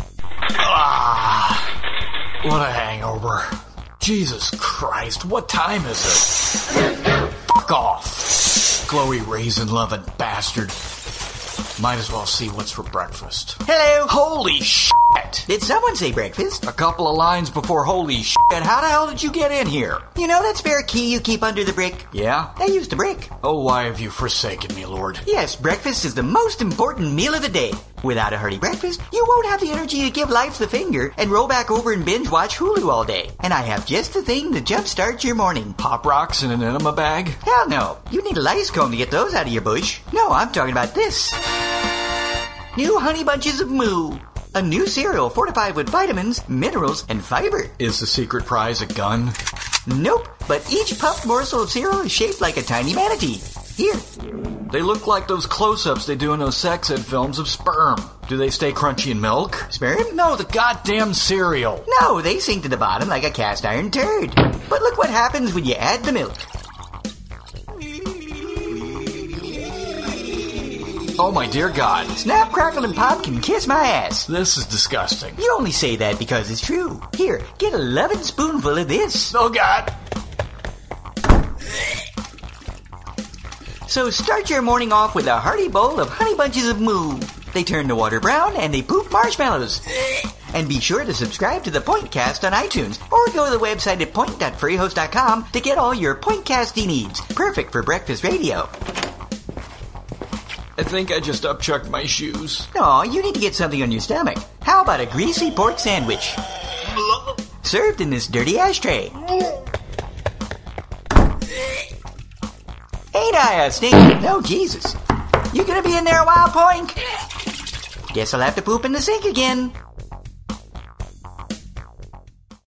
Ah, What a hangover. Jesus Christ, what time is it? Fuck off. Glowy raisin loving bastard. Might as well see what's for breakfast. Hello. Holy shit! Did someone say breakfast? A couple of lines before holy shit. How the hell did you get in here? You know that spare key you keep under the brick? Yeah? I used a brick. Oh, why have you forsaken me, Lord? Yes, breakfast is the most important meal of the day. Without a hearty breakfast, you won't have the energy to give life the finger and roll back over and binge watch Hulu all day. And I have just the thing to jumpstart your morning. Pop rocks in an enema bag? Hell no. You need a lice comb to get those out of your bush. No, I'm talking about this. New Honey Bunches of Moo. A new cereal fortified with vitamins, minerals, and fiber. Is the secret prize a gun? Nope, but each puffed morsel of cereal is shaped like a tiny manatee. Here. They look like those close ups they do in those sex ed films of sperm. Do they stay crunchy in milk? Sperm? No, Oh, the goddamn cereal. No, they sink to the bottom like a cast iron turd. But look what happens when you add the milk. Oh my dear God. Snap, crackle, and pop can kiss my ass. This is disgusting. You only say that because it's true. Here, get a loving spoonful of this. Oh God. So start your morning off with a hearty bowl of honey bunches of moo. They turn the water brown and they poop marshmallows. And be sure to subscribe to the Pointcast on iTunes or go to the website at point.freehost.com to get all your Pointcasty needs. Perfect for breakfast radio. I think I just upchucked my shoes. No, you need to get something on your stomach. How about a greasy pork sandwich? Served in this dirty ashtray. Ain't I a stink? No, Jesus. You gonna be in there a while, Poink? Guess I'll have to poop in the sink again.